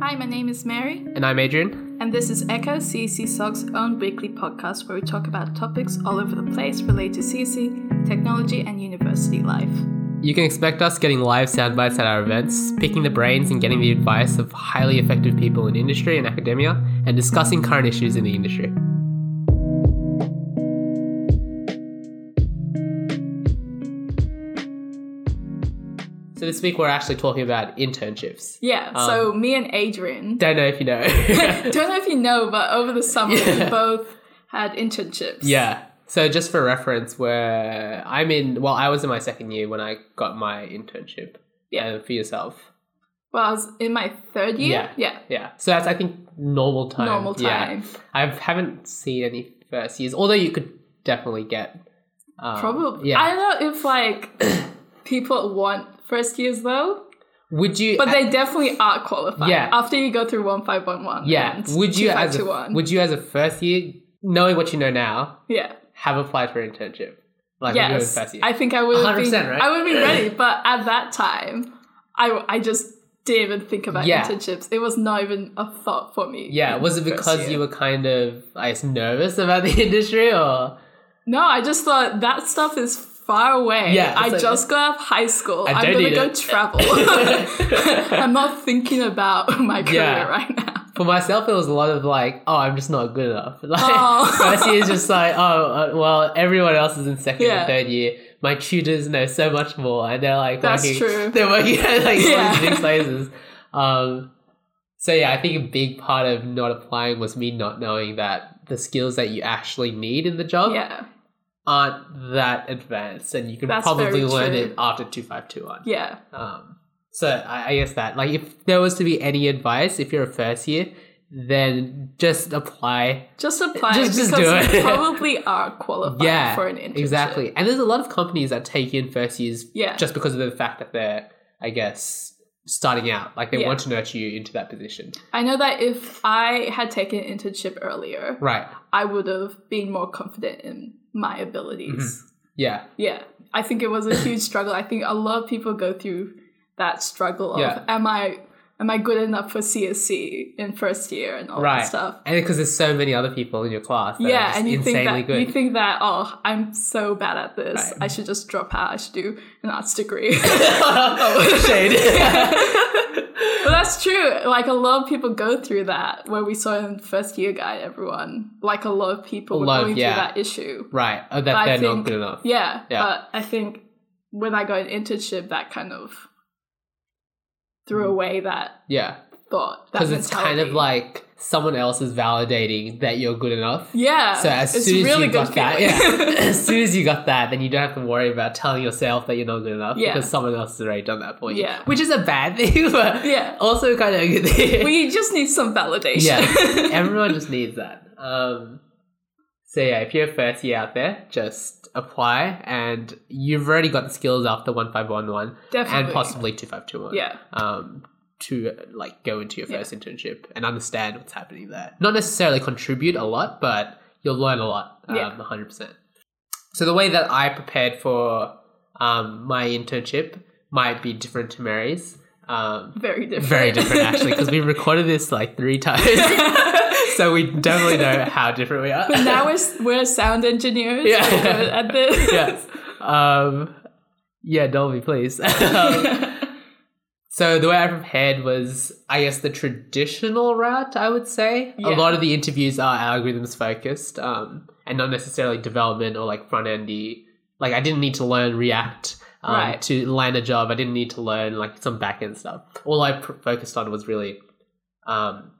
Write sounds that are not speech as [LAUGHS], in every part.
Hi, my name is Mary, And I'm Adrian. and this is Echo CEC SOG's own weekly podcast where we talk about topics all over the place related to CEC, technology, and university life. You can expect us getting live sound bites at our events, picking the brains and getting the advice of highly effective people in industry and academia, and discussing current issues in the industry. So this week we're actually talking about internships. Yeah, so me and [LAUGHS] Adrian, [LAUGHS] Don't know if you know. don't [LAUGHS] know if you know, but over the summer we Yeah. both had internships. yeah. So just for reference, where I'm in, well, I was in my second year when I got my internship. Yeah. Uh, for yourself. Well, I was in my third year. Yeah. Yeah. So that's I think normal time. Normal time. Yeah. I haven't seen any first years, although you could definitely get um, Probably. Yeah. I don't know if [CLEARS THROAT] like people want first years though, would you? but they definitely are qualified. Yeah. After you go through one five one one. yeah. Would you as two a, one? would you as a first year, knowing what you know now, yeah. have applied for an internship? Like when you were in Yes. first year. I think I would. Be, 100%, right? I would be ready, but at that time, I I just didn't even think about Yeah. internships. It was not even a thought for me. yeah. in Was it first because year. you were kind of I guess nervous about the [LAUGHS] industry or? No, I just thought that stuff is far away. Yeah, I it's like- just got out of high school. I I'm don't gonna need go it. [LAUGHS] travel. I'm not thinking about [LAUGHS] my career Yeah. right now. For myself, it was a lot of like, oh, I'm just not good enough. [LAUGHS] Like, Oh. first year is just like, oh, uh, well, everyone else is in second Yeah. and third year. My tutors know so much more, and they're like, That's working, true. [LAUGHS] They're working at like all Yeah. these big places. Um, so yeah, I think a big part of not applying was me not knowing that the skills that you actually need in the job Yeah, aren't that advanced, and you can That's probably very learn true. it after two five two one. yeah, Um, so I, I guess that like if there was to be any advice, if you're a first year, then just apply. just apply Just- just because do you it. [LAUGHS] probably are qualified yeah, for an internship. exactly. And there's a lot of companies that take in first years Yeah. just because of the fact that they're, I guess, starting out. Like they Yeah. want to nurture you into that position, I know that if I had taken internship earlier, right? I would have been more confident in my abilities. Yeah, Yeah, I think it was a huge struggle. I think a lot of people go through that struggle of Yeah. am I am I good enough for CSC in first year and all right. that stuff. And because there's so many other people in your class, that are yeah, just and you think insanely that good. you think [LAUGHS] that oh, I'm so bad at this. Right. I should just drop out. I should do an arts degree. [LAUGHS] oh, [LAUGHS] [LAUGHS] [LAUGHS] shade. But that's true. Like a lot of people go through that. Where we saw in first year guide, everyone like a lot of people A were lot of- going yeah. through that issue. right. Oh, that I they're not think- good enough. Yeah, Yeah. but I think when I got an internship, that kind of threw away that Yeah. thought. that because Mm-hmm. it's kind of mentality. like someone else is validating that you're good enough. yeah. So as it's soon as really you good got that, feeling. [LAUGHS] yeah, [LAUGHS] as soon as you got that, then you don't have to worry about telling yourself that you're not good enough Yeah. because someone else has already done that for you. Yeah. which is a bad [LAUGHS] thing, but Yeah. [LAUGHS] [LAUGHS] also kind of a good thing. [LAUGHS] well, you just need some validation. yeah, [LAUGHS] everyone just needs that. Um, so yeah, if you're a first year out there, just apply, and you've already got the skills after one five one one definitely. and possibly two five two one Yeah, um, to like go into your Yeah. first internship and understand what's happening there. Not necessarily contribute a lot, but you'll learn a lot, um, Yeah. 100%. So the way that I prepared for um, my internship might be different to Mary's. Um, [LAUGHS] very different. very different [LAUGHS] actually, because we recorded this like three times, [LAUGHS] but so we definitely know how different we are. now we're s- we're sound engineers. Yeah. We're good at this. [LAUGHS] [LAUGHS] yeah. Um, yeah, Dolby, please. [LAUGHS] Um, So the way I prepared was, I guess, the traditional route. I would say Yeah. a lot of the interviews are algorithms focused, um, and not necessarily development or like front endy. Like I didn't need to learn React um, Right. to land a job. I didn't need to learn like some back end stuff. All I pr- focused on was really um,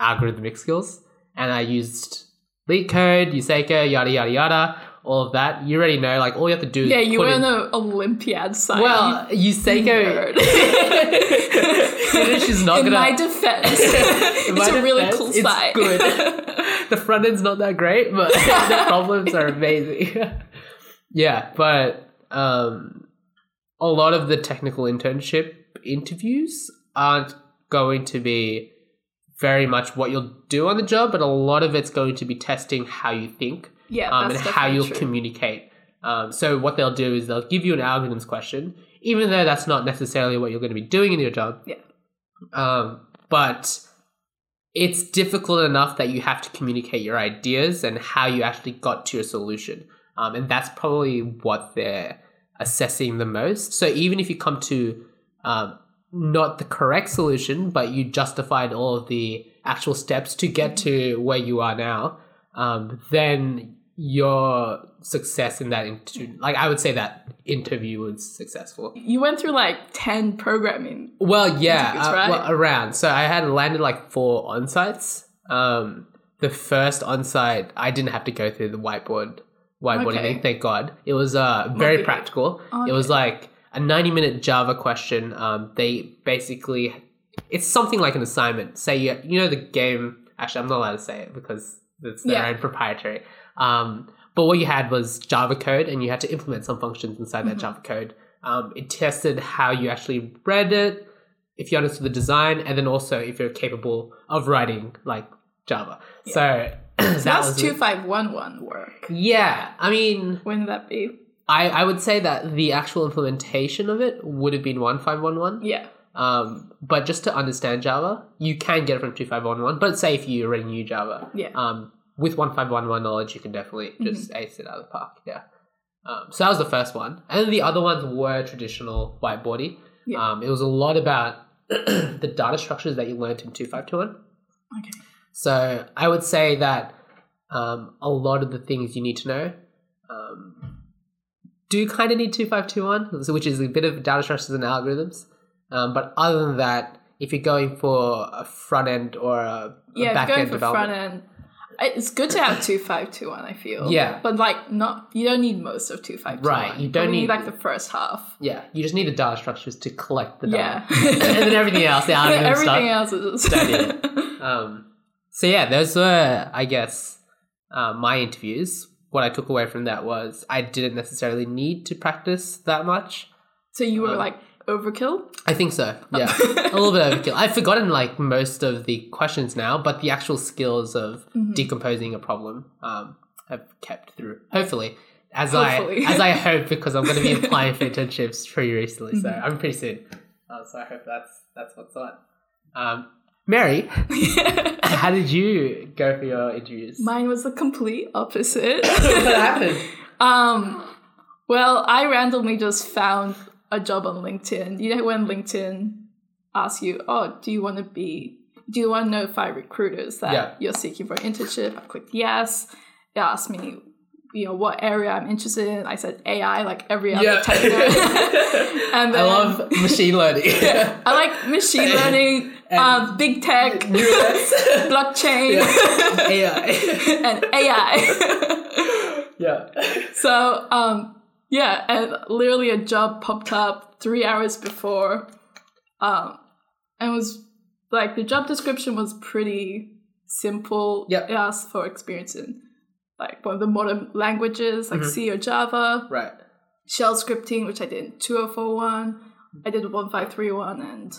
algorithmic skills, and I used LeetCode, Useka, yada yada yada, all of that. You already know. Like all you have to do. Yeah, is you put were in- on an Olympiad side. well, Useko. [LAUGHS] [LAUGHS] nerd. she's not in gonna. [LAUGHS] my defense, In it's my a really defense, cool it's site. good. the front end's not that great, but [LAUGHS] the problems are amazing. [LAUGHS] yeah, but um, a lot of the technical internship interviews aren't going to be very much what you'll do on the job, but a lot of it's going to be testing how you think [LAUGHS] yeah, um, and that's how you'll definitely true. communicate. Um, so what they'll do is they'll give you an algorithms question, even though that's not necessarily what you're going to be doing in your job. Yeah. Um, but it's difficult enough that you have to communicate your ideas and how you actually got to your solution. Um, and that's probably what they're assessing the most. So even if you come to um, not the correct solution, but you justified all of the actual steps to get to where you are now, um, then your success in that inter- like I would say that interview was successful. You went through like 10 programming. Well, yeah, Interviews, uh, right? well, around. So I had landed like four on-sites. Um, the first on-site, I didn't have to go through the whiteboard whiteboarding Okay. thing. Thank God, it was uh, very Monkey. practical. Oh, It was like a ninety-minute Java question. Um, they basically, it's something like an assignment. Say you, you know the game. Actually, I'm not allowed to say it because it's their Yeah. own proprietary. Um, but what you had was Java code, and you had to implement some functions inside that Mhm. Java code. Um, it tested how you actually read it, if you understood the design, and then also if you're capable of writing like Java. Yeah. So [CLEARS THROAT] that That's was it. 2511 work. Yeah, I mean, Wouldn't that be? I, I would say that the actual implementation of it would have been one five one one. Yeah. Um, but just to understand Java, you can get it from two five one one. But say if you already knew Java, Yeah. Mm-hmm. um, with one five one one knowledge, you can definitely just ace it out of the park. Yeah. Um, so that was the first one, and then the other ones were traditional whiteboardy. Yeah. Um, it was a lot about [CLEARS THROAT] the data structures that you learned in two five two one. Okay. So I would say that um, a lot of the things you need to know um, do kind of need 2521, so- which is a bit of data structures and algorithms. Um, but other than that, if you're going for a front end or a Yeah, if back you're end going for front development, end. It's good to have 2521, I feel. Yeah. But like, not you don't need most of 2521. Right, you don't Only need- like the first half. yeah, you just need the data structures to collect the data, Yeah. [LAUGHS] and then everything [LAUGHS] else, the algorithm stuff. Everything else is just. Study Um, so yeah, those were, I guess, uh, my interviews. What I took away from that was I didn't necessarily need to practice that much. [LAUGHS] so you were Um, like overkill? I think so. Yeah, [LAUGHS] a little bit overkill. I've forgotten like most of the questions now, but the actual skills of Mhm. decomposing a problem um, have kept through. Hopefully, as Hopefully. I as I [LAUGHS] hope because I'm going to be applying for internships pretty recently, so Mhm. I'm pretty soon. Uh, so I hope that's that's what's on. Um, Mary, [LAUGHS] [LAUGHS] how did you go for your interviews? Mine was the complete [LAUGHS] opposite. what happened? [LAUGHS] Um, well, I randomly just found a job on LinkedIn. You know when LinkedIn asks you, "Oh, do you want to be? Do you want to notify recruiters that Yeah. you're seeking for an internship?" I clicked yes. It asked me, you know, what area I'm interested in. I said AI, like every other Yeah, [LAUGHS] techno. And I then- um, love [LAUGHS] machine learning. [LAUGHS] I like machine learning, And- um, big tech, [LAUGHS] [LAUGHS] Neuralink. blockchain, AI. [LAUGHS] and AI. [LAUGHS] [LAUGHS] yeah. So, um, yeah, and literally a job popped up three hours before, um, and was like the job description was pretty simple. Yep. It asked for experience in like one of the modern languages, like Mhm. C or Java, Right. shell scripting, which I did in 2041, I did 1531, and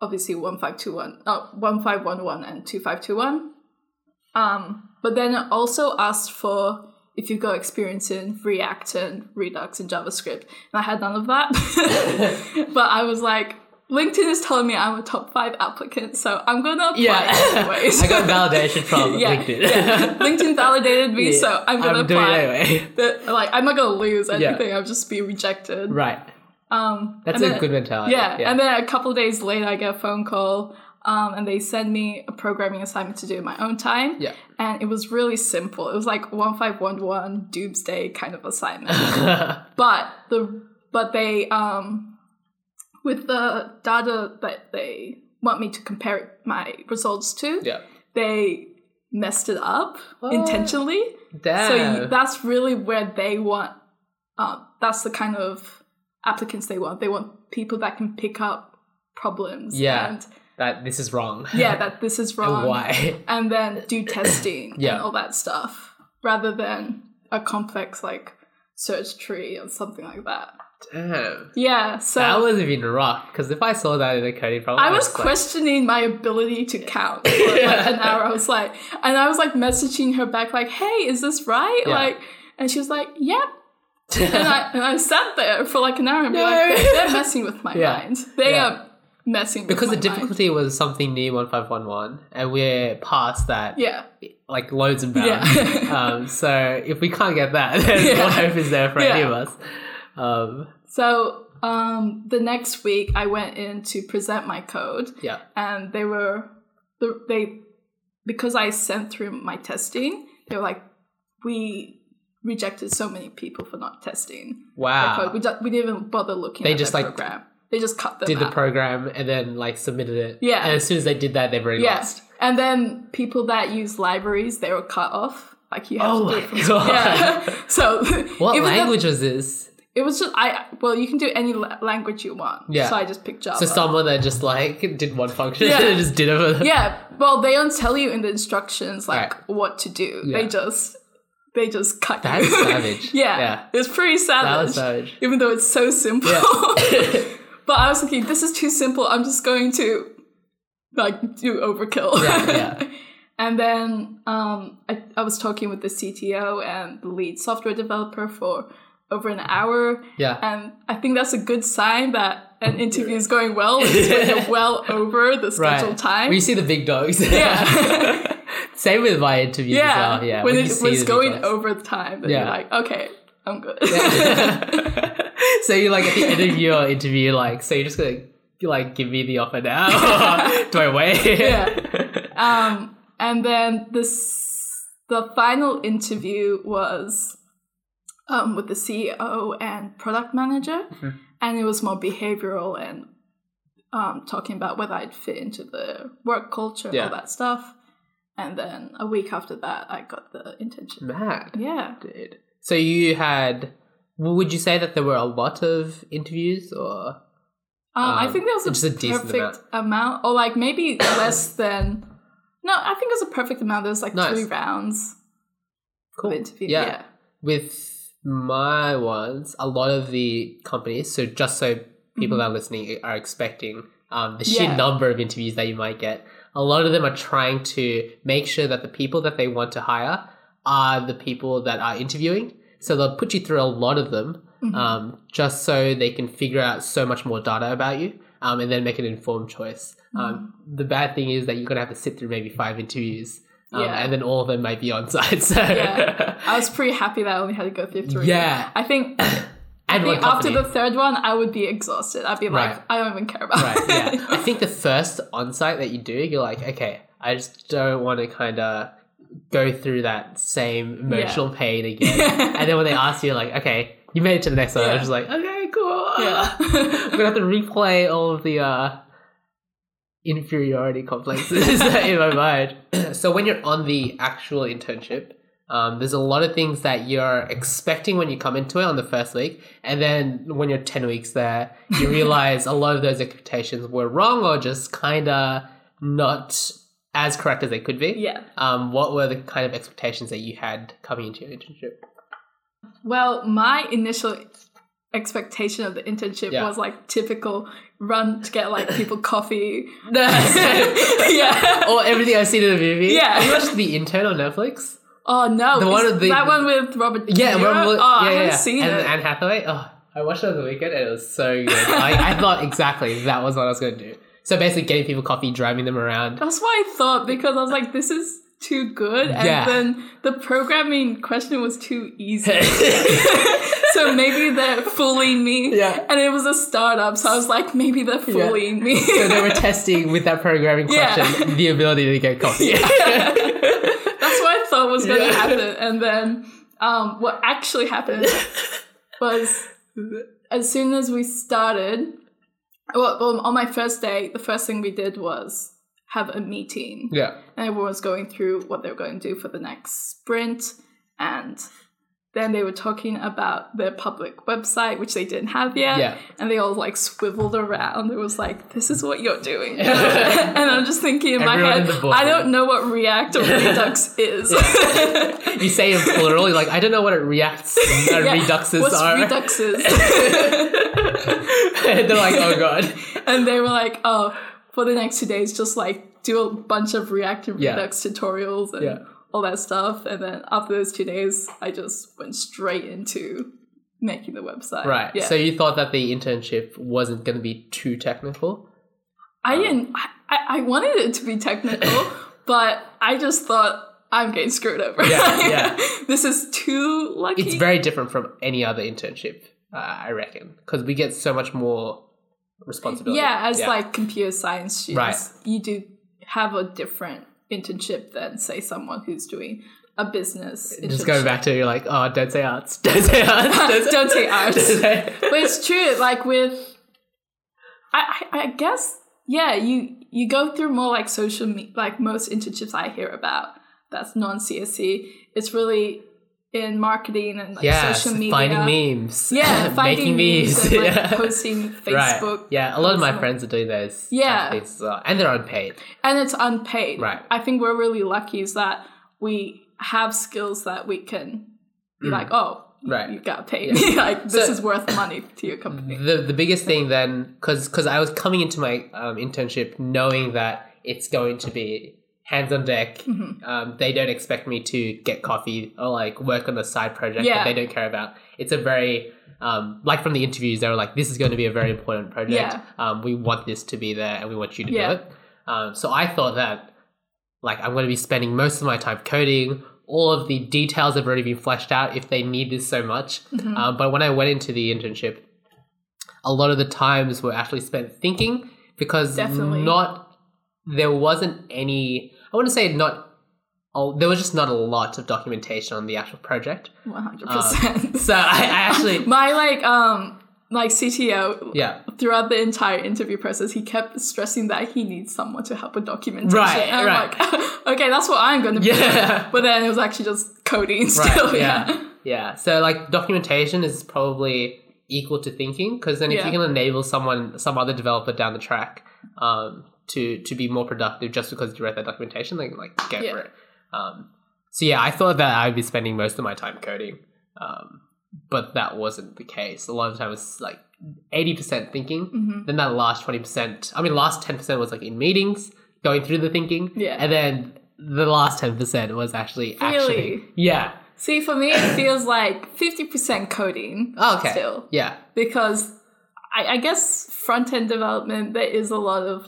obviously 1521, uh, 1511 and 2521. Um, but then it also asked for if you've got experience in React and Redux and JavaScript, and I had none of that. [LAUGHS] but I was like, LinkedIn is telling me I'm a top five applicant, so I'm gonna apply Yeah. [LAUGHS] anyways. I got validation [LAUGHS] from Yeah, LinkedIn. yeah. [LAUGHS] LinkedIn validated me, so I'm gonna doing apply it anyway. [LAUGHS] that like I'm not gonna lose Yeah. anything. I'll just be rejected. Right. Um, That's and a then- good mentality. Yeah, and then a couple of days later, I get a phone call, um, and they send me a programming assignment to do in my own time. Yeah. and it was really simple. It was like one five one one doomsday kind of assignment. [LAUGHS] but the but they um, with the data that they want me to compare my results to, yeah. they messed it up What? intentionally. Damn. So you- that's really where they want. Uh, that's the kind of applicants they want. They want people that can pick up problems. Yeah. And that this is wrong. yeah, that this is wrong. [LAUGHS] And why? And then [COUGHS] do testing Yeah. and all that stuff rather than a complex like search tree or something like that. Damn. Yeah. So that would have been rough because if I saw that in a coding problem, I was like, questioning my ability to count for like [LAUGHS] an hour. I was like, and I was like messaging her back, like, "Hey, is this right?" Yeah. Like, and she was like, "Yep." [LAUGHS] and I and I sat there for like an hour and be No. like, they're, they're messing with my [LAUGHS] Yeah. mind. They Yeah. are messing because the with oh my mind. difficulty was something near 1511 and we're past that Yeah, like loads and bounds Yeah. [LAUGHS] um, so if we can't get that [LAUGHS] then Yeah. what hope is there for any Yeah. of us um, so um, the next week I went in to present my code, yeah and they were the- they because I sent through my testing, they were like, we rejected so many people for not testing. their code. wow We, do, we didn't even bother looking. Ah. They at just, their like, program. They just cut them did the out. program and then like submitted it Uh-huh. Yeah. and as soon as they did that they already Yeah. lost And then people that use libraries, they were cut off. Like you have to Oh do my it [LAUGHS] from God. Yeah. so [LAUGHS] what even though- language was this it was just I. Well, you can do any la- language you want. Yeah. So I just picked Java. so someone that just like did one function Uh-huh. Yeah. and just did it for them. yeah. Well, they don't tell you in the instructions like Right. what to do. Yeah. They just they just cut. That is you. savage. [LAUGHS] yeah. Yeah. It's pretty that savage. was savage Even though it's so simple. Yeah. [LAUGHS] but I was thinking, this is too simple. I'm just going to like do overkill. Yeah, yeah. [LAUGHS] and then um, I, I was talking with the CTO and the lead software developer for over an hour. yeah And I think that's a good sign that an interview is going well. It's when [LAUGHS] you're well over the scheduled right time. we see the big dogs yeah. [LAUGHS] Same with my interviews yeah. as well. Yeah, When you it see was the going details. over the time, then Yeah. you're like, okay, I'm good. [LAUGHS] so you like at the end of your interview, like, so you're just gonna you, like give me the offer now? [LAUGHS] [LAUGHS] Do I wait? [LAUGHS] Yeah. um, and then this the final interview was um, with the CEO and product manager, Mhm. and it was more behavioral and um, talking about whether I'd fit into the work culture and Yeah. all that stuff. And then a week after that, I got the internship. Mad, Yeah, dude. So you had. Would you say that there were a lot of interviews, or um, I Um, think that was just a, a decent perfect amount. or like maybe less than. No, I think it was a perfect amount. There was like Nice. three rounds Cool. of interview. Yeah. yeah. with my ones, a lot of the companies. So just so people Mhm. that are listening are expecting um, the sheer Yeah. number of interviews that you might get. A lot of them are trying to make sure that the people that they want to hire are the people that are interviewing. So they'll put you through a lot of them Mhm. um, just so they can figure out so much more data about you um, and then make an informed choice. Mm-hmm. Um, the bad thing is that you're going to have to sit through maybe five interviews um, Yeah. and then all of them might be on site. [LAUGHS] So Yeah. I was pretty happy that I only had to go through three. Yeah. [COUGHS] I think, I and one think after company. the third one, I would be exhausted. I'd be like, Right. I don't even care about [LAUGHS] right it. yeah i think [LAUGHS] the first on-site that you do you're like okay i just don't want to kind of go through that same emotional pain again [LAUGHS] and then when they ask you you're like okay you made it to the next one i Yeah. was just like okay cool Yeah. [LAUGHS] i'm gonna have to replay all of the uh inferiority complexes [LAUGHS] in my mind [CLEARS THROAT] so when you're on the actual internship um, there's a lot of things that you're expecting when you come into it on the first week, and then when you're 10 weeks there, [LAUGHS] you realize a lot of those expectations were wrong or just kind of not as correct as they could be. yeah. Um, what were the kind of expectations that you had coming into your internship? Well, my initial expectation of the internship Yeah. was like typical run to get like people coffee. [LAUGHS] yeah. [LAUGHS] Or everything I've seen in the movie. Yeah. Have you watched The Intern on Netflix? Oh no. The one is with the- that one with Robert Yeah, De Niro? when we- Oh, I haven't seen and it. Anne Hathaway. Oh, I watched it over the weekend and it was [LAUGHS] so good. I, I thought exactly that was what I was going to do. So basically, getting people coffee, driving them [LAUGHS] around. [LAUGHS] That's what I thought because I was like, this is too good. And Yeah. then the programming question was too easy. [LAUGHS] so maybe they're fooling me. Yeah. And it was a startup. So I was like, maybe they're Yeah. fooling me. So they were testing with that programming Yeah. question the ability to get coffee. [LAUGHS] That's what I thought was going to Yeah. happen. And then um, what actually [LAUGHS] happened was as soon as we started, well, well, on my first day, the first thing we did was have a meeting. [LAUGHS] yeah. and everyone was going through what they were going to do for the next sprint and then they were talking about their public website which they didn't have yet Yeah. and they all like swiveled around it was like this is what you're [LAUGHS] doing and i'm just thinking in my Everyone in head the board. i don't know what react or [LAUGHS] redux is [LAUGHS] You say in plural, you're like, I don't know what it reacts uh, Yeah, reduxes what's are. reduxes [LAUGHS] And They're like, oh god. and they were like oh for the next two days just like do a bunch of react and Yeah. redux tutorials and Yeah. all that stuff. And then after those two days, I just went straight into making the website. Right. Yeah. So you thought that the internship wasn't going to be too technical. I didn't. I, I- I wanted it to be [LAUGHS] technical, but I just thought I'm getting screwed over. [LAUGHS] Yeah, yeah. this is too lucky. It's very different from any other internship, uh, I reckon, because we get so much more responsibility. yeah, as like computer science students, Right. you do have a different internship than say someone who's doing a business. Internship. just going back to you're like, oh, don't say arts, [LAUGHS] don't say arts, don't [LAUGHS] say, Don't say [LAUGHS] don't arts. say- but it's true. Like with, I, I I guess yeah, you you go through more like social me- like most internships I hear about that's non CSC. It's really in marketing and like yes, social media, finding memes, yeah, finding [LAUGHS] making memes, and, like, [LAUGHS] yeah. posting Facebook, Right. Yeah, a lot of my Facebook. friends are doing those. Yeah. type of things as well. and they're unpaid. and it's unpaid. Right. I think we're really lucky is that we have skills that we can be like, oh, Mm. Right. you got paid. [LAUGHS] like this So- is worth money to your company. The the biggest [LAUGHS] thing then, because I was coming into my um, internship knowing that it's going to be hands on [LAUGHS] deck. Mm-hmm. Um, they don't expect me to get coffee or like work on a side project Yeah. that they don't care about. It's a very um, like from the interviews, they were like, "This is going to be a very important project. Yeah. Um, we want this to be there, and we want you to Yeah. do it." Um, so I thought that like I'm going to be spending most of my time coding. All of the details have already been fleshed out if they need this so much. Mm-hmm. Um, but when I went into the internship, a lot of the times were actually spent thinking because Definitely. not there wasn't any. I want to say not. Oh, there was just not a lot of documentation on the actual project. One hundred percent. So I, I actually, [LAUGHS] my like um like CTO [LAUGHS] yeah, throughout the entire interview process, he kept stressing that he needs someone to help with documentation. Right, And I'm right. like, [LAUGHS] okay, that's what I'm going to be. Yeah. But then it was actually just coding right, still. yeah. yeah, So like documentation is probably equal to thinking because then if Yeah. you can enable someone, some other developer down the track, um, to to be more productive just because you wrote that documentation, like like go Yeah. for it. Um, so yeah, I thought that I'd be spending most of my time coding, um, but that wasn't the case. A lot of the time it was like eighty percent thinking. Mhm. Then that last twenty percent, I mean, last ten percent was like in meetings, going through the thinking, Yeah. and then the last ten percent was actually Really? actually, yeah, See, for me, it feels like 50% coding Oh, okay. still. Yeah. Because I, I guess front end development, there is a lot of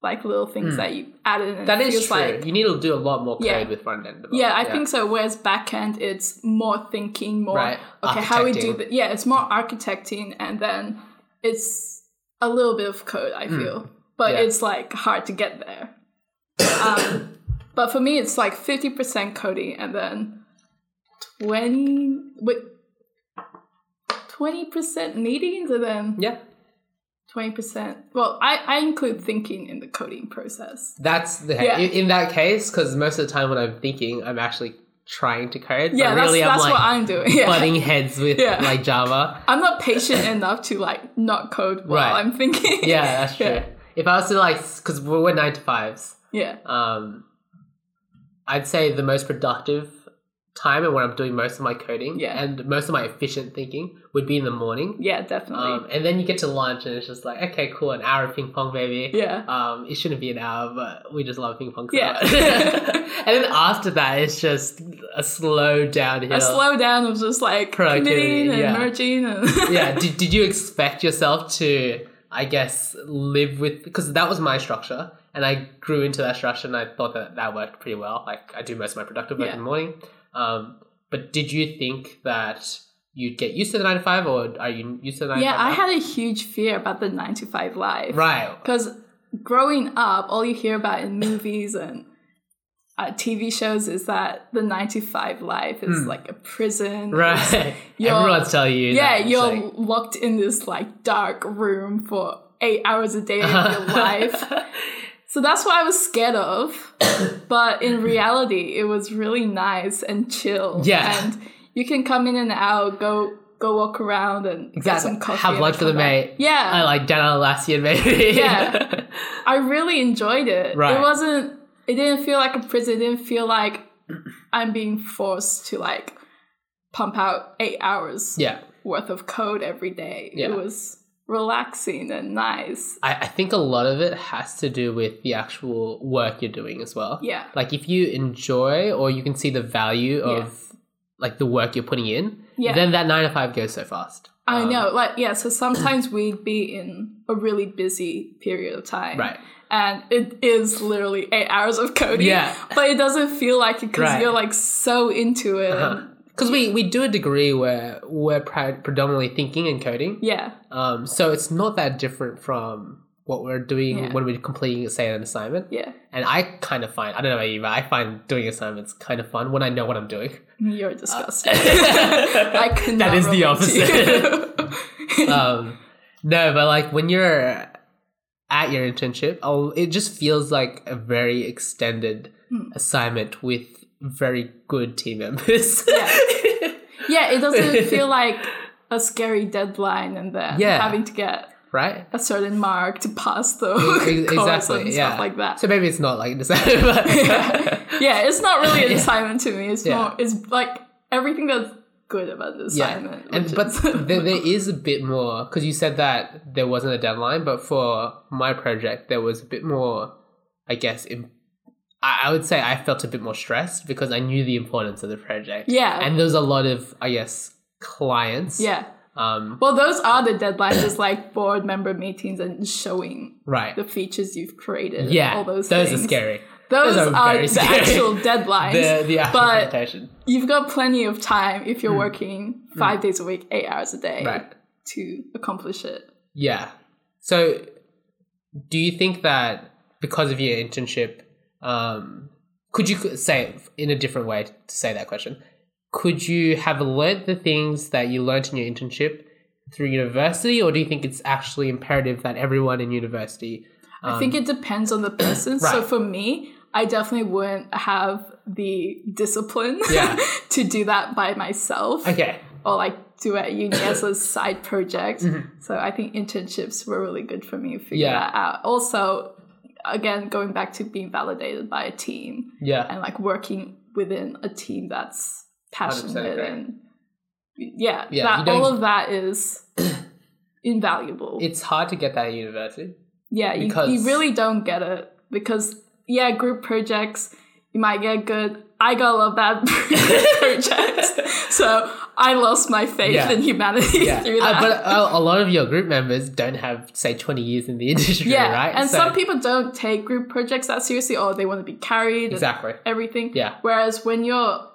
like little things that you add in. and Hmm. That it is feels true. Like, you need to do a lot more code Yeah. with front end. Yeah, I think so. Whereas backend, it's more thinking, more Right. okay, how we do Architecting. that. Yeah, it's more architecting, and then it's a little bit of code. I feel, but Hmm. Yeah. it's like hard to get there. um, [COUGHS] but for me, it's like fifty percent coding, and then twenty wait, twenty percent meetings, and then Yeah. twenty percent. Well, I I include thinking in the coding process. That's the Yeah. in, in that case because most of the time when I'm thinking, I'm actually trying to code. Yeah, but really, that's, that's I'm like what I'm doing. [LAUGHS] Yeah. butting heads with Yeah. [LAUGHS] like Java. I'm not [LAUGHS] patient enough to like not code while Right. I'm thinking. Yeah, that's true. Yeah. If I was to like, because we're, we're nine to fives, [LAUGHS] Yeah. um, I'd say the most productive time and when I'm doing most of my coding Yeah. and most of my efficient thinking would be in the morning. Yeah, definitely. Um, and then you get to lunch and it's just like, okay, cool, an hour of ping pong, baby. yeah. Um, it shouldn't be an hour, but we just love ping pong. so Yeah. much. [LAUGHS] and then after that, it's just a slow downhill. I slow down of just like Productivity, committing and yeah. merging and [LAUGHS] [LAUGHS] yeah. Did, did you expect yourself to, I guess, live with, because that was my structure. And I grew into that structure and I thought that that worked pretty well. Like, I do most of my productive work Yeah. in the morning. Um, but did you think that you'd get used to the nine to five or are you used to the nine to yeah, five? I now? had a huge fear about the nine to five life. Right. Because growing up, all you hear about in movies and uh, TV shows is that the nine to five life is like a prison. It's- Hmm. Right. You're- Everyone's telling [LAUGHS] you. Yeah, that. It's you're like- locked in this like dark room for eight hours a day of your [LAUGHS] life. So that's what I was scared of. [COUGHS] but in reality, it was really nice and chill. Yeah. And you can come in and out, go go walk around and get Exactly. some coffee. Have and lunch come with a back. mate. Yeah. I like Dan Alassian maybe. Yeah. I really enjoyed it. Right. It wasn't it didn't feel like a prison. It didn't feel like I'm being forced to like pump out eight hours [LAUGHS] yeah. worth of code every day. Yeah. It was relaxing and nice. I, I think a lot of it has to do with the actual work you're doing as well. Yeah. Like if you enjoy or you can see the value of like the work you're putting in, Yeah. then that nine to five goes so fast. I Um, know, like yeah. So [CLEARS THROAT] sometimes we'd be in a really busy period of time, Right. And it is literally eight hours of coding, Yeah. But it doesn't feel like it because Right. Uh-huh. you're like so into it, and- Because we, we do a degree where we're pre- predominantly thinking and coding. yeah, Um, so it's not that different from what we're doing Yeah. when we're completing, say, an assignment. yeah. And I kind of find, I don't know about you, but I find doing assignments kind of fun when I know what I'm doing. You're [LAUGHS] disgusting. [LAUGHS] I could Uh, That not is the relate to you. [LAUGHS] [LAUGHS] um, no, but like when you're at your internship, I'll, it just feels like a very extended Mm. assignment with very good team members. Yeah. yeah, it doesn't feel like a scary deadline, and then Yeah. having to get [LAUGHS] right? a certain mark to pass the Ex- [LAUGHS] course E-, exactly, and yeah. stuff like that. So maybe it's not like this. [LAUGHS] but- yeah. yeah, it's not really an [LAUGHS] Yeah. assignment to me. It's Yeah. more, it's like everything that's good about the Yeah. assignment. And, which but is- [LAUGHS] [LAUGHS] there, there is a bit more because you said that there wasn't a deadline, but for my project, there was a bit more. I guess im- I, I would say I felt a bit more stressed because I knew the importance of the project. yeah, and there was a lot of I guess clients. yeah. Um. Well, those are the deadlines, is like board member meetings and showing Right. the features you've created. and Yeah. all those. are things. scary. Those, Those are are, very the scary. actual deadlines. [LAUGHS] The the actual But- presentation. You've got plenty of time if you're Mm. working five days a week, eight hours a day, Right. to accomplish it. Yeah. So, do you think that because of your internship, um, could you say in a different way to say that question? Could you have learnt the things that you learnt in your internship through university, or do you think it's actually imperative that everyone in university? um, I think it depends on the person. So right. for me, I definitely wouldn't have the discipline Yeah. [LAUGHS] to do that by myself Okay. or like do it at uni as [LAUGHS] a side project. Mhm. So I think internships were really good for me to figure Yeah. that out. Also, again, going back to being validated by a team Yeah. and like working within a team that's 100% passionate agree. and yeah, Yeah, you that, don't- all of that is [CLEARS THROAT] invaluable It's hard to get that [LAUGHS] at university. yeah you, you Because- really don't get it because yeah group projects you might get good i got a lot of bad [LAUGHS] projects so i lost my faith Yeah. in humanity Yeah. [LAUGHS] through Uh, that but a, a lot of your group members don't have, say, 20 years in the [LAUGHS] industry, yeah right? and So- some people don't take group projects that seriously or they want to be carried and Exactly. everything Yeah. whereas when you're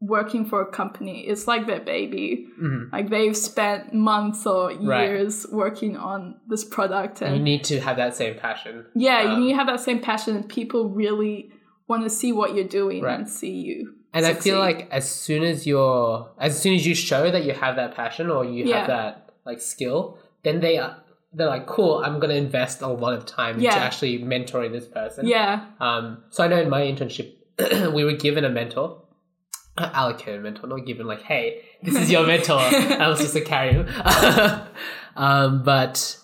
working for a company it's like their baby Mhm. like they've spent months or Right. years working on this product and You need to have that same passion. Yeah, you Um, need to have that same passion, and people really want to see what you're doing Right. and see you. And I feel succeed. like as soon as you're, as soon as you show that you have that passion or you Yeah. have that like skill, then they are, they're like, cool, I'm going to invest a lot of time Yeah. into actually mentoring this person. Yeah, Um, so I know in my internship, [CLEARS THROAT] we were given a mentor, uh, [LAUGHS] allocated a mentor, not given like, hey, this is your mentor. and I was just to carry him. [LAUGHS] um, but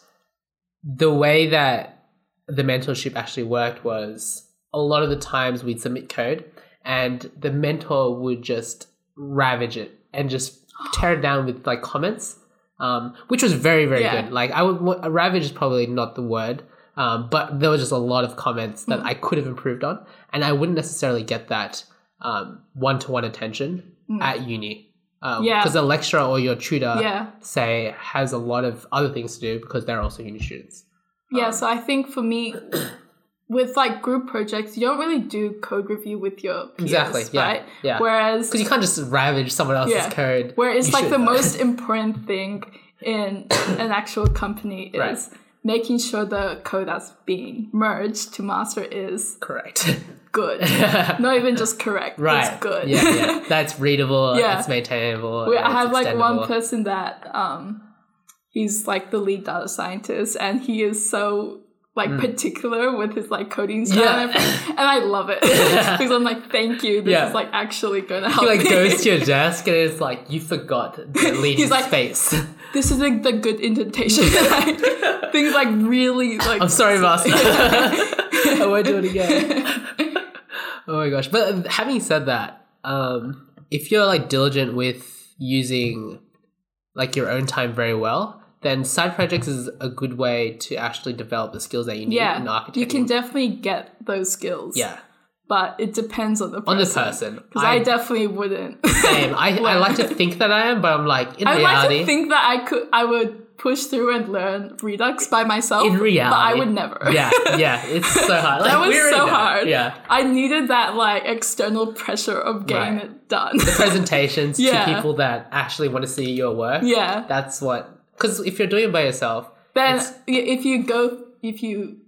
the way that the mentorship actually worked was a lot of the times we'd submit code and the mentor would just ravage it and just tear it down with like comments, um, which was very, very Yeah. good. Like I would, wa- ravage is probably not the word, um, but there was just a lot of comments that I could have improved on, and I wouldn't necessarily get that one to one um, attention Mm. at uni. Um, Yeah. Because the lecturer or your tutor, yeah, say, has a lot of other things to do because they're also uni students. yeah. um, So I think for [COUGHS] me, with like group projects, you don't really do code review with your peers, Exactly, yeah, right? yeah. Whereas Because you can't just ravage someone else's Yeah. code. where it's You like should, the though. [LAUGHS] most important thing in an actual company is. Right. Making sure the code that's being merged to master is [LAUGHS] Correct. good. right. Not even just correct, Yeah, it's good. yeah. [LAUGHS] That's readable. Yeah. It's maintainable. We, it's I have like one extendable. person that um, he's like the lead data scientist, and he is so like particular with his like coding style, Hmm. Yeah. and, everything, and I love [LAUGHS] it [LAUGHS] because I'm like, thank you, this Yeah. is like actually gonna help. He like me. goes to your desk and it's like you forgot [LAUGHS] the lead He's like- space. [LAUGHS] [LAUGHS] this is like the good indentation. [LAUGHS] like, things like really like. [LAUGHS] I'm sorry, master. [LAUGHS] I won't do it again. oh my gosh! But having said that, um, if you're like diligent with using like your own time very well, then side projects is a good way to actually develop the skills that you need in yeah, architecture. you can definitely get those skills. yeah, but it depends on the person. on the person. Because I, definitely wouldn't. [LAUGHS] same. I, I like to think that I am, but I'm like in I would like reality. to think that I could, I would push through and learn Redux by myself. in reality, but I would never. [LAUGHS] yeah, yeah, it's so hard. That was Like, we already so know. hard. Yeah, [LAUGHS] I needed that like external pressure of getting Right. it done. [LAUGHS] presentations to Yeah. people that actually want to see your work. yeah. that's what. Because if you're doing it by yourself, Then It's- i- if you go, if you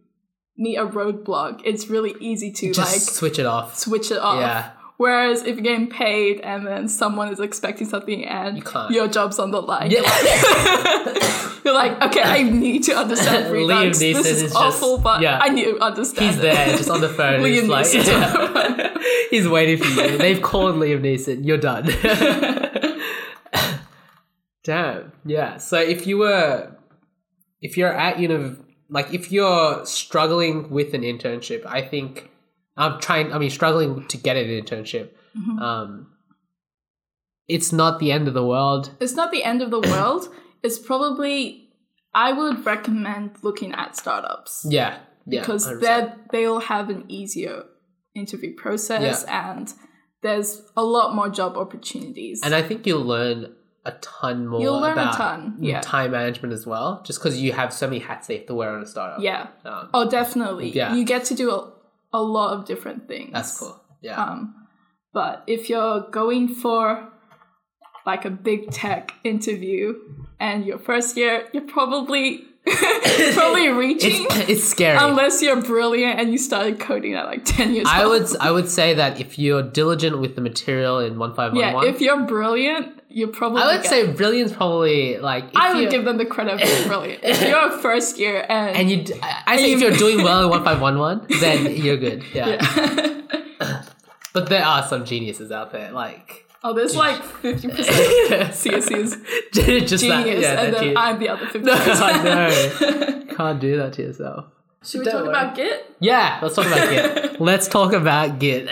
meet a roadblock, it's really easy to just like switch it off. switch it off. Yeah, Whereas if you're getting paid and then someone is expecting something and You can't. your job's on the line, Yeah. [LAUGHS] you're like, [LAUGHS] okay, I need to understand Liam Redux. Neeson This is, is just- awful, but yeah. I need to understand. he's it." there, just on the [LAUGHS] phone. Liam he's like, Neeson. Yeah. [LAUGHS] he's waiting for you. They've called Liam Neeson. You're done. [LAUGHS] Damn. Yeah. So if you were, if you're at univ, like if you're struggling with an internship, I think I'm trying. I mean, struggling to get an internship. Mhm. Um, it's not the end of the world. it's not the end of the world. It's probably I would recommend looking at startups Yeah. Yeah. because 100%. they they'll have an easier interview process and there's a lot more job opportunities. And I think you'll learn a ton more. You'll learn about a ton. Yeah. Time management as well, just because you have so many hats they have to wear on a startup. Yeah. Um, Oh, definitely. Yeah. You get to do a, a lot of different things. that's cool. Yeah. Um, but if you're going for like a big tech interview and your first year, you're probably [LAUGHS] probably reaching [LAUGHS] [LAUGHS] it's, it's scary. unless you're brilliant and you started coding at like 10 years I old. would I would say that if you're diligent with the material in one five one yeah, one, if you're brilliant, you're probably I would get- say brilliant's probably like if I would you- give them the credit [LAUGHS] for brilliant. if you're a first year and, and you d- I I say if you- you're doing [LAUGHS] well in one five one one, then you're good. Yeah. yeah. But there are some geniuses out there [LAUGHS] like [LAUGHS] oh, there's like [LAUGHS] 50% CSC's just that genius, yeah, and that then genius. I'm the other [LAUGHS] 50%. I can't do that to yourself. [LAUGHS] Should we Don't talk worry. about Git? Yeah, let's talk [LAUGHS] about Git. let's talk about Git.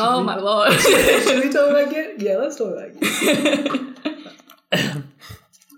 Oh my [LAUGHS] lord. should we talk about Git? [LAUGHS] Yeah, let's talk about Git. [LAUGHS]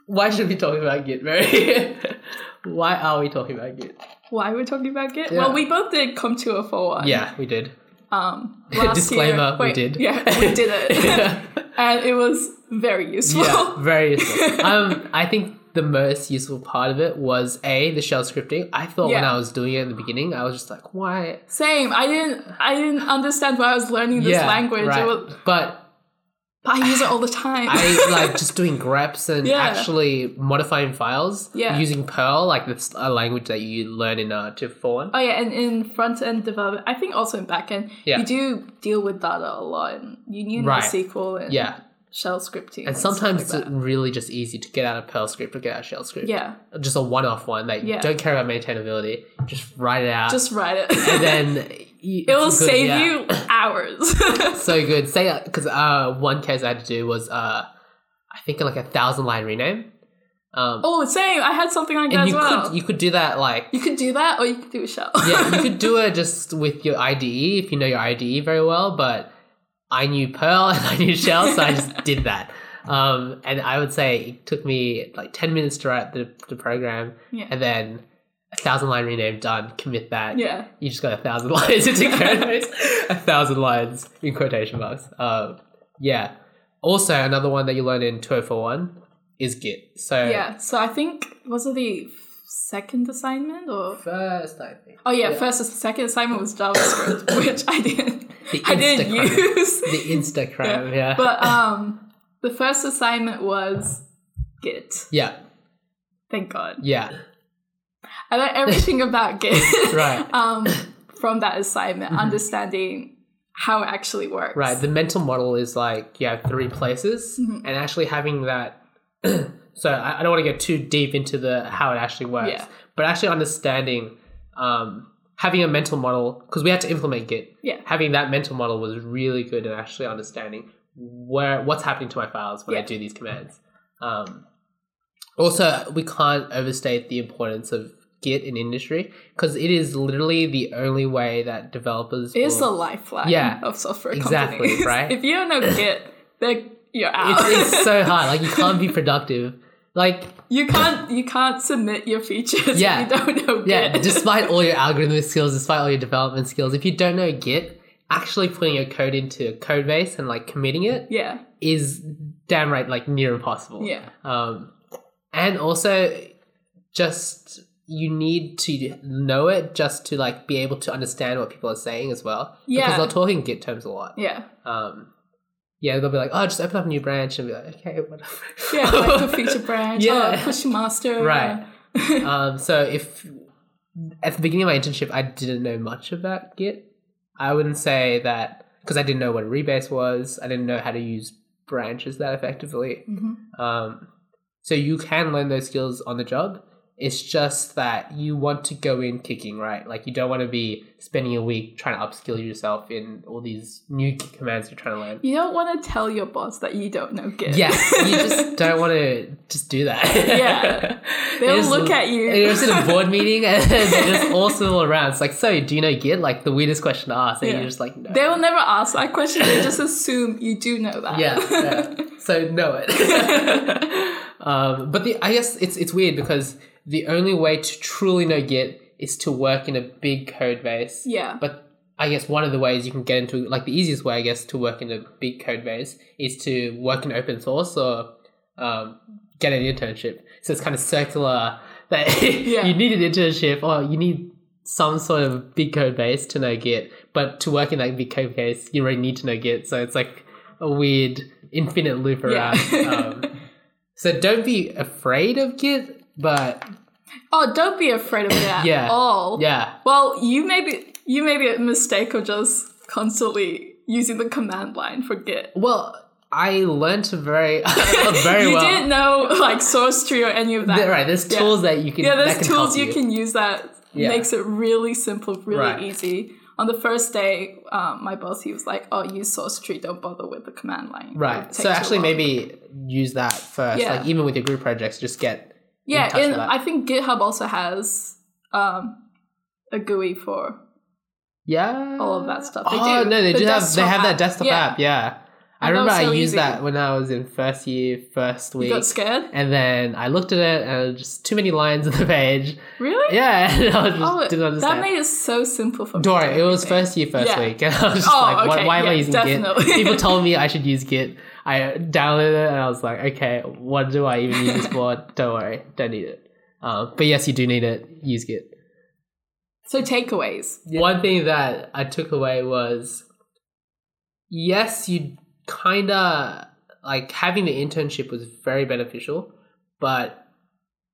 Why should we talk about Git, Mary? [LAUGHS] Why are we talking about Git? Why we're talking about Git? Yeah. Well, we both did come to a full one. Yeah, we did. Um, last [LAUGHS] Disclaimer, year. we Wait, did. Yeah, we did [LAUGHS] it. [LAUGHS] [LAUGHS] yeah, and it was very useful. very useful. Um, I think the most useful part of it was a the shell scripting. I thought when Yeah. I was doing it in the beginning, I was just like, why? Same. I didn't. I didn't understand why I was learning this yeah, language. right. It was, but but I use it all the time. [LAUGHS] I like just doing greps and Yeah. actually modifying files Yeah. using Perl, like that's a language that you learn in uh, Div 4. [LAUGHS] oh yeah, and in front end development, I think also in back end, Yeah. you do deal with data a lot, and you need Right. NoSQL and Yeah. shell scripting, And stuff sometimes like it's really just easy to get out of Perl script or get out of shell that. script. yeah, Just a one off one that you Yeah. don't care about maintainability. Just write it out. just write it, [LAUGHS] and then it [LAUGHS] it will save you hours. [LAUGHS] So good. Say, because uh, one case I had to do was, uh, I think, like a thousand line rename. Um, oh, same. I had something like that and as you well. could you could do that like You could do that, or you could do a shell. [LAUGHS] yeah, you could do it just with your IDE if you know your IDE very well, but I knew Perl [LAUGHS] and I knew Shell, so I just did that. Um, and I would say it took me like 10 minutes to write the, the program Yeah. and then a thousand line rename done, commit that. yeah. You just got a thousand [LAUGHS] lines [LAUGHS] into quotes, a thousand lines in quotation marks. Um, yeah. Also, another one that you learn in 2041 is Git. So, Yeah. So I think was it the second assignment or first, I think. oh yeah, Yeah. first and second assignment was [COUGHS] JavaScript, which I didn't The I didn't Instagram. [LAUGHS] use. The [LAUGHS] Instagram, yeah. But um the first assignment was Git. yeah, Thank God. yeah. I learned [LAUGHS] everything about Git. Right. [LAUGHS] Mm-hmm. Um from that assignment, understanding how it actually works. Right. The mental model is like you have three places, Mhm. and actually having that. [CLEARS THROAT] so I, I don't want to get too deep into the how it actually works, Yeah. but actually understanding, um, having a mental model because we had to implement Git. Yeah. Having that mental model was really good in actually understanding where what's happening to my files when I Yeah. do these commands. Um, also, we can't overstate the importance of Git in industry because it is literally the only way that developers It is the will- lifeline Yeah. of software Exactly, [LAUGHS] companies. right? If you don't know Git, then you're out. [LAUGHS] it's, it's so hard. Like you can't be productive Like, You can't you can't submit your features Yeah. if you don't know yeah, [LAUGHS] Git. despite all your algorithmic skills, despite all your development skills, if you don't know Git, actually putting your code into a code base and like committing it yeah, is damn right like near impossible. yeah, Um, and also, just you need to know it just to like be able to understand what people are saying as well. Yeah. Because they're talking Git terms a lot. yeah, Um, yeah, they'll be like, oh, just open up a new branch and be like, okay, whatever. yeah. [LAUGHS] Like the feature branch, Yeah. oh, push master, [LAUGHS] Right. um, so if at the beginning of my internship, I didn't know much about Git. I wouldn't say that because I didn't know what a rebase was. I didn't know how to use branches that effectively. Mhm. Um, so you can learn those skills on the job. It's just that you want to go in kicking, right? Like you don't want to be spending a week trying to upskill yourself in all these new commands you're trying to learn. You don't want to tell your boss that you don't know Git. Yes, [LAUGHS] you just don't want to just do that. [LAUGHS] Yeah. They'll It's- look at you. It was in a board meeting and they're [LAUGHS] just all swivel around. It's like, so do you know Git? Like the weirdest question to ask, and Yeah. you're just like, no. They will never ask that question. They just assume you do know that. yeah, [LAUGHS] yeah. So know it. um, but the I guess it's it's weird because the only way to truly know Git is to work in a big code base. yeah. But I guess one of the ways you can get into like the easiest way I guess to work in a big code base is to work in open source or um, get an internship. So it's kind of circular [LAUGHS] [LAUGHS] that Yeah. you need an internship or you need some sort of big code base to know Git. But to work in that big code base, you already need to know Git. So it's like a weird infinite loop Yeah. [LAUGHS] around. um, so don't be afraid of Git, but Oh, don't be afraid of it at Yeah. all. yeah, Well, you may be you may be a mistake of just constantly using the command line for Git. well. I learned very, [LAUGHS] very you well. didn't know like source tree or any of that. There- right, there's Yeah. tools that you can. Yeah, that there's can tools help you can use that Yeah. makes it really simple, really Right. easy. On the first day, um, my boss he was like, "Oh, use source tree. Don't bother with the command line." It Right. takes So a actually, while. maybe use that first. Yeah. Like even with your group projects, just get in yeah, touch and with that. I think GitHub also has um, a GUI for yeah All of that stuff. They oh do. no, they The do have they desktop have app. that desktop Yeah. app. Yeah. I And that remember was I so used easy. that when I was in first year, first You week, got scared? and then I looked at it and it was just too many lines on the page. [LAUGHS] Really? Yeah, and I just Oh, didn't that understand. made it so simple for me. Don't worry, to it was everything. first year, first Yeah. week, [LAUGHS] and I was just Oh, like, why, okay, why am I yeah, using definitely. Git? People [LAUGHS] told me I should use Git. I downloaded it, and I was like, okay, what do I even use [LAUGHS] this for? Don't worry, don't need it. Um, but yes, you do need it. Use Git. So takeaways. One thing that I took away was, yes, you kind of like having the internship was very beneficial, but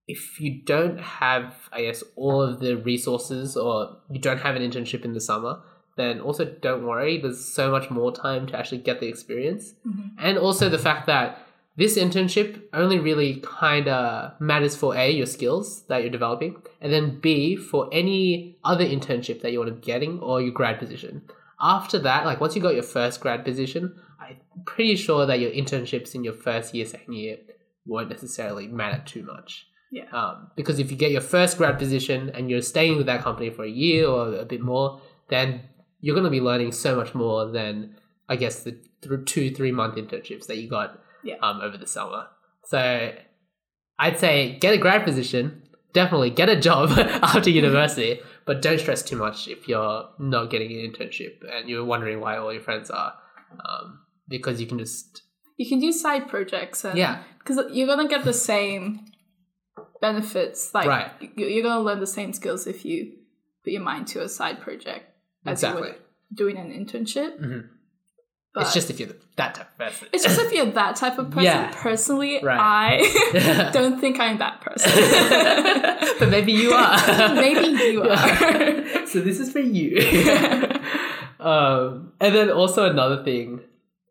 if you don't have, I guess, all of the resources or you don't have an internship in the summer, then also don't worry. There's so much more time to actually get the experience. Mhm. And also the fact that this internship only really kind of matters for A, your skills that you're developing, and then B, for any other internship that you want to be getting or your grad position. After that, like once you got your first grad position, I'm pretty sure that your internships in your first year, second year won't necessarily matter too much. Um, because if you get your first grad position and you're staying with that company for a year or a bit more, then you're going to be learning so much more than, I guess, the th- two, three month internships that you got Yeah. um, over the summer. So I'd say get a grad position, definitely get a job [LAUGHS] after university, but don't stress too much if you're not getting an internship and you're wondering why all your friends are. Um, because you can just, You can do side projects and yeah, because you're gonna get the same benefits. Like Right. you- you're gonna learn the same skills if you put your mind to a side project as you exactly. would doing an internship. Mhm. But It's just if you're that type of person. it's just if you're that type of person. Yeah. Personally, Right. [LAUGHS] I [LAUGHS] don't think I'm that person. [LAUGHS] but maybe you are. Maybe you are. [LAUGHS] so this is for you. um, and then also another thing,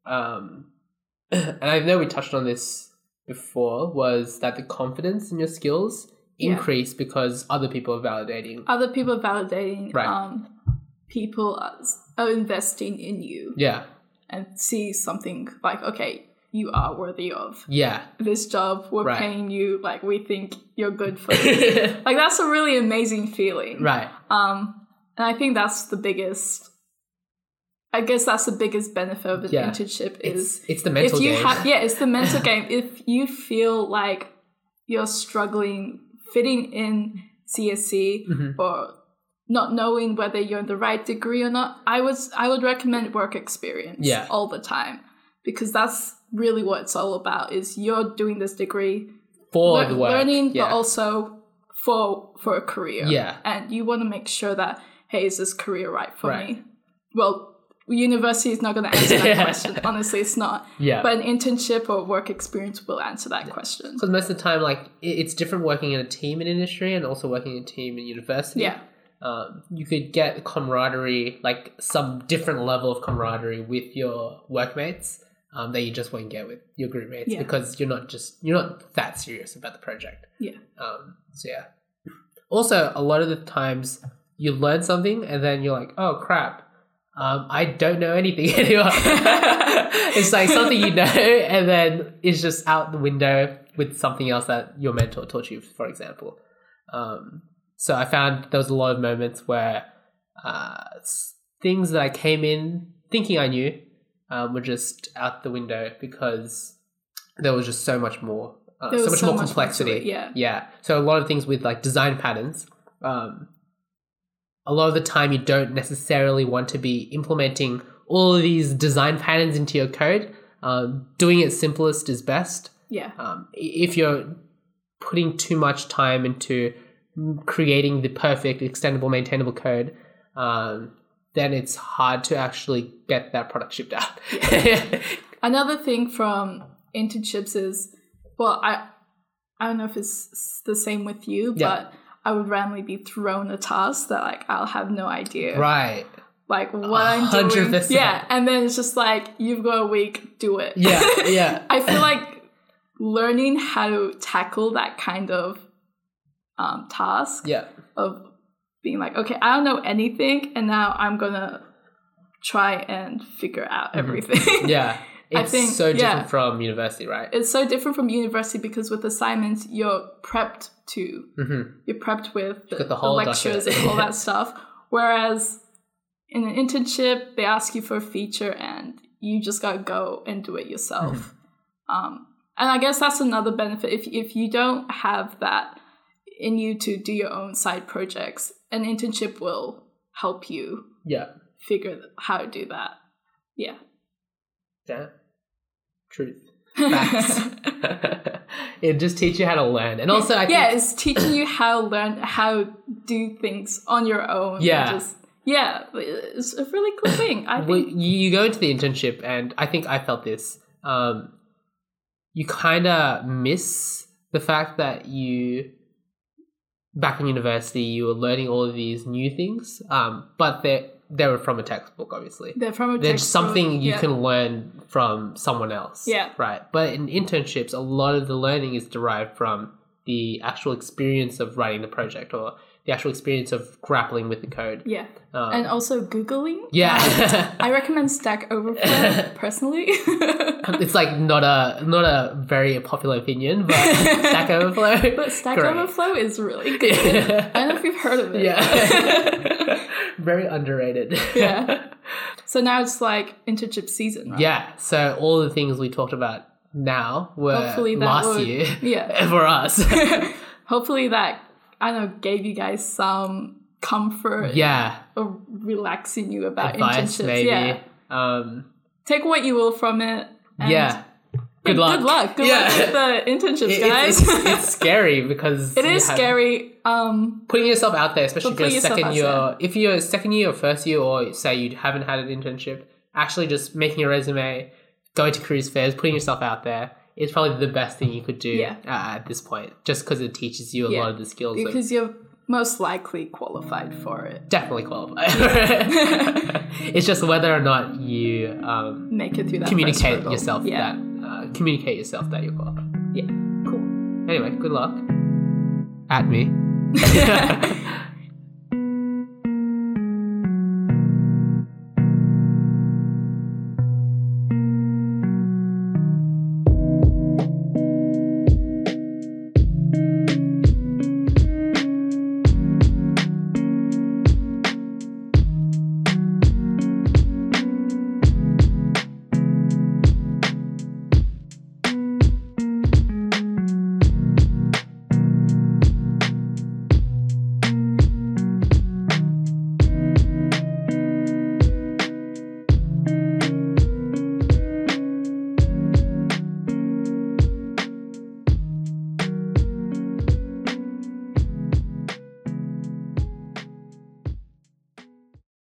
um, [CLEARS THROAT] and I know we touched on this before, was that the confidence in your skills Yeah. increase because other people are validating. Other people validating. Right. Um, people are- are investing in you. Yeah, and see something like, okay, you are worthy of [LAUGHS] yeah. this job. We're Right. paying you. Like we think you're good [LAUGHS] for it. right, like that's a really amazing feeling. Um, and I think that's the biggest. I guess that's the biggest benefit of an Yeah. internship it's is it's the if [LAUGHS] mental you game. have yeah, it's the mental game. If you feel like you're struggling fitting in CSC Mhm. or not knowing whether you're in the right degree or not, I was I would recommend work experience Yeah. all the time because that's really what it's all about. Is you're doing this degree for lear- the work. learning, yeah. but also for for a career. Yeah. and you want to make sure that hey, is this career right for Right. me? Well, university is not going to answer [LAUGHS] that question. Honestly, it's not. yeah. But an internship or work experience will answer that question. because most of the time, like it- it's different working in a team in industry and also working in a team in university. Yeah, um, you could get camaraderie, like some different level of camaraderie with your workmates um, that you just won't get with your group mates Yeah. because you're not just you're not that serious about the project. Yeah. Um, so yeah. Also, a lot of the times you learn something and then you're like, oh crap. Um, I don't know anything [LAUGHS] anymore. it's like something you know, and then it's just out the window with something else that your mentor taught you, for example. Um, so I found there was a lot of moments where uh, s- things that I came in thinking I knew um, were just out the window because there was just so much more, uh, There so was much so more much more to complexity. it, yeah. yeah. So a lot of things with like design patterns. Um, a lot of the time, you don't necessarily want to be implementing all of these design patterns into your code. Um, doing it simplest is best yeah, um, i- if you're putting too much time into creating the perfect extendable maintainable code um, then it's hard to actually get that product shipped out [LAUGHS] [LAUGHS] Another thing from internships is, well, I, I don't know if it's s- the same with you, Yeah. but I would randomly be thrown a task that like I'll have no idea, right like what I'm doing. 100%. Yeah, and then it's just like you've got a week, do it. [LAUGHS] yeah yeah I feel like learning how to tackle that kind of um, task yeah of being like, okay, I don't know anything, and now I'm gonna try and figure out Mm-hmm. everything. [LAUGHS] yeah I it's think- so different yeah. from university right it's so different from university because with assignments you're prepped to hmm you're prepped with the, got the the whole lectures document. and all that stuff whereas in an internship they ask you for a feature and you just gotta go and do it yourself Mm-hmm. [LAUGHS] um, and i guess that's another benefit if, if you don't have that in you to do your own side projects an internship will help you [LAUGHS] yeah figure th- how to do that yeah yeah truth [LAUGHS] facts it just teach you how to learn and also i think yeah, it's teaching you how learn how do things on your own. and Yeah. just- yeah, it's a really cool thing. I well, think. you you go into the internship, and I think I felt this. Um, you kind of miss the fact that you, back in university, you were learning all of these new things, um, but they they were from a textbook, obviously. They're from a There's textbook, something you yeah. can learn from someone else. Yeah. Right. But in internships, a lot of the learning is derived from the actual experience of writing the project or the actual experience of grappling with the code. Yeah, Um, and also googling. Um, [LAUGHS] yeah. [LAUGHS] I recommend Stack Overflow personally. [LAUGHS] it's like not a not a very popular opinion, but [LAUGHS] Stack Overflow. but Stack great. Overflow is really [LAUGHS] good. I don't know if yeah, you've heard of it. yeah, very underrated. Yeah. [LAUGHS] so now it's like internship season. Right? [LAUGHS] yeah. So all the things we talked about now were Hopefully that last would- [LAUGHS] year [LAUGHS] Yeah. [LAUGHS] for us. Hopefully that I don't know gave you guys some comfort. yeah, or relaxing you about advice internships. maybe. Yeah. Um, Take what you will from it. and- yeah. Good Good luck. luck. Good Yeah. luck [LAUGHS] with the It- internships, it's, guys. it's, it's scary [LAUGHS] because it you is have- scary. Um, putting yourself out there, especially But if put you're a yourself second out year, there. if you're a second year or first year, or say you haven't had an internship, actually just making a resume, going to cruise fairs, putting yourself out there is probably the best thing you could do Yeah. uh, at this point, just because it teaches you a Yeah. lot of the skills that because you're most likely qualified for it. definitely qualify. [LAUGHS] it's just whether or not you um, Make it through that. first communicate hurdle. yourself Yeah. that uh, communicate yourself that you're qualified. Yeah. Cool. [LAUGHS] [LAUGHS] Anyway, good luck. At me.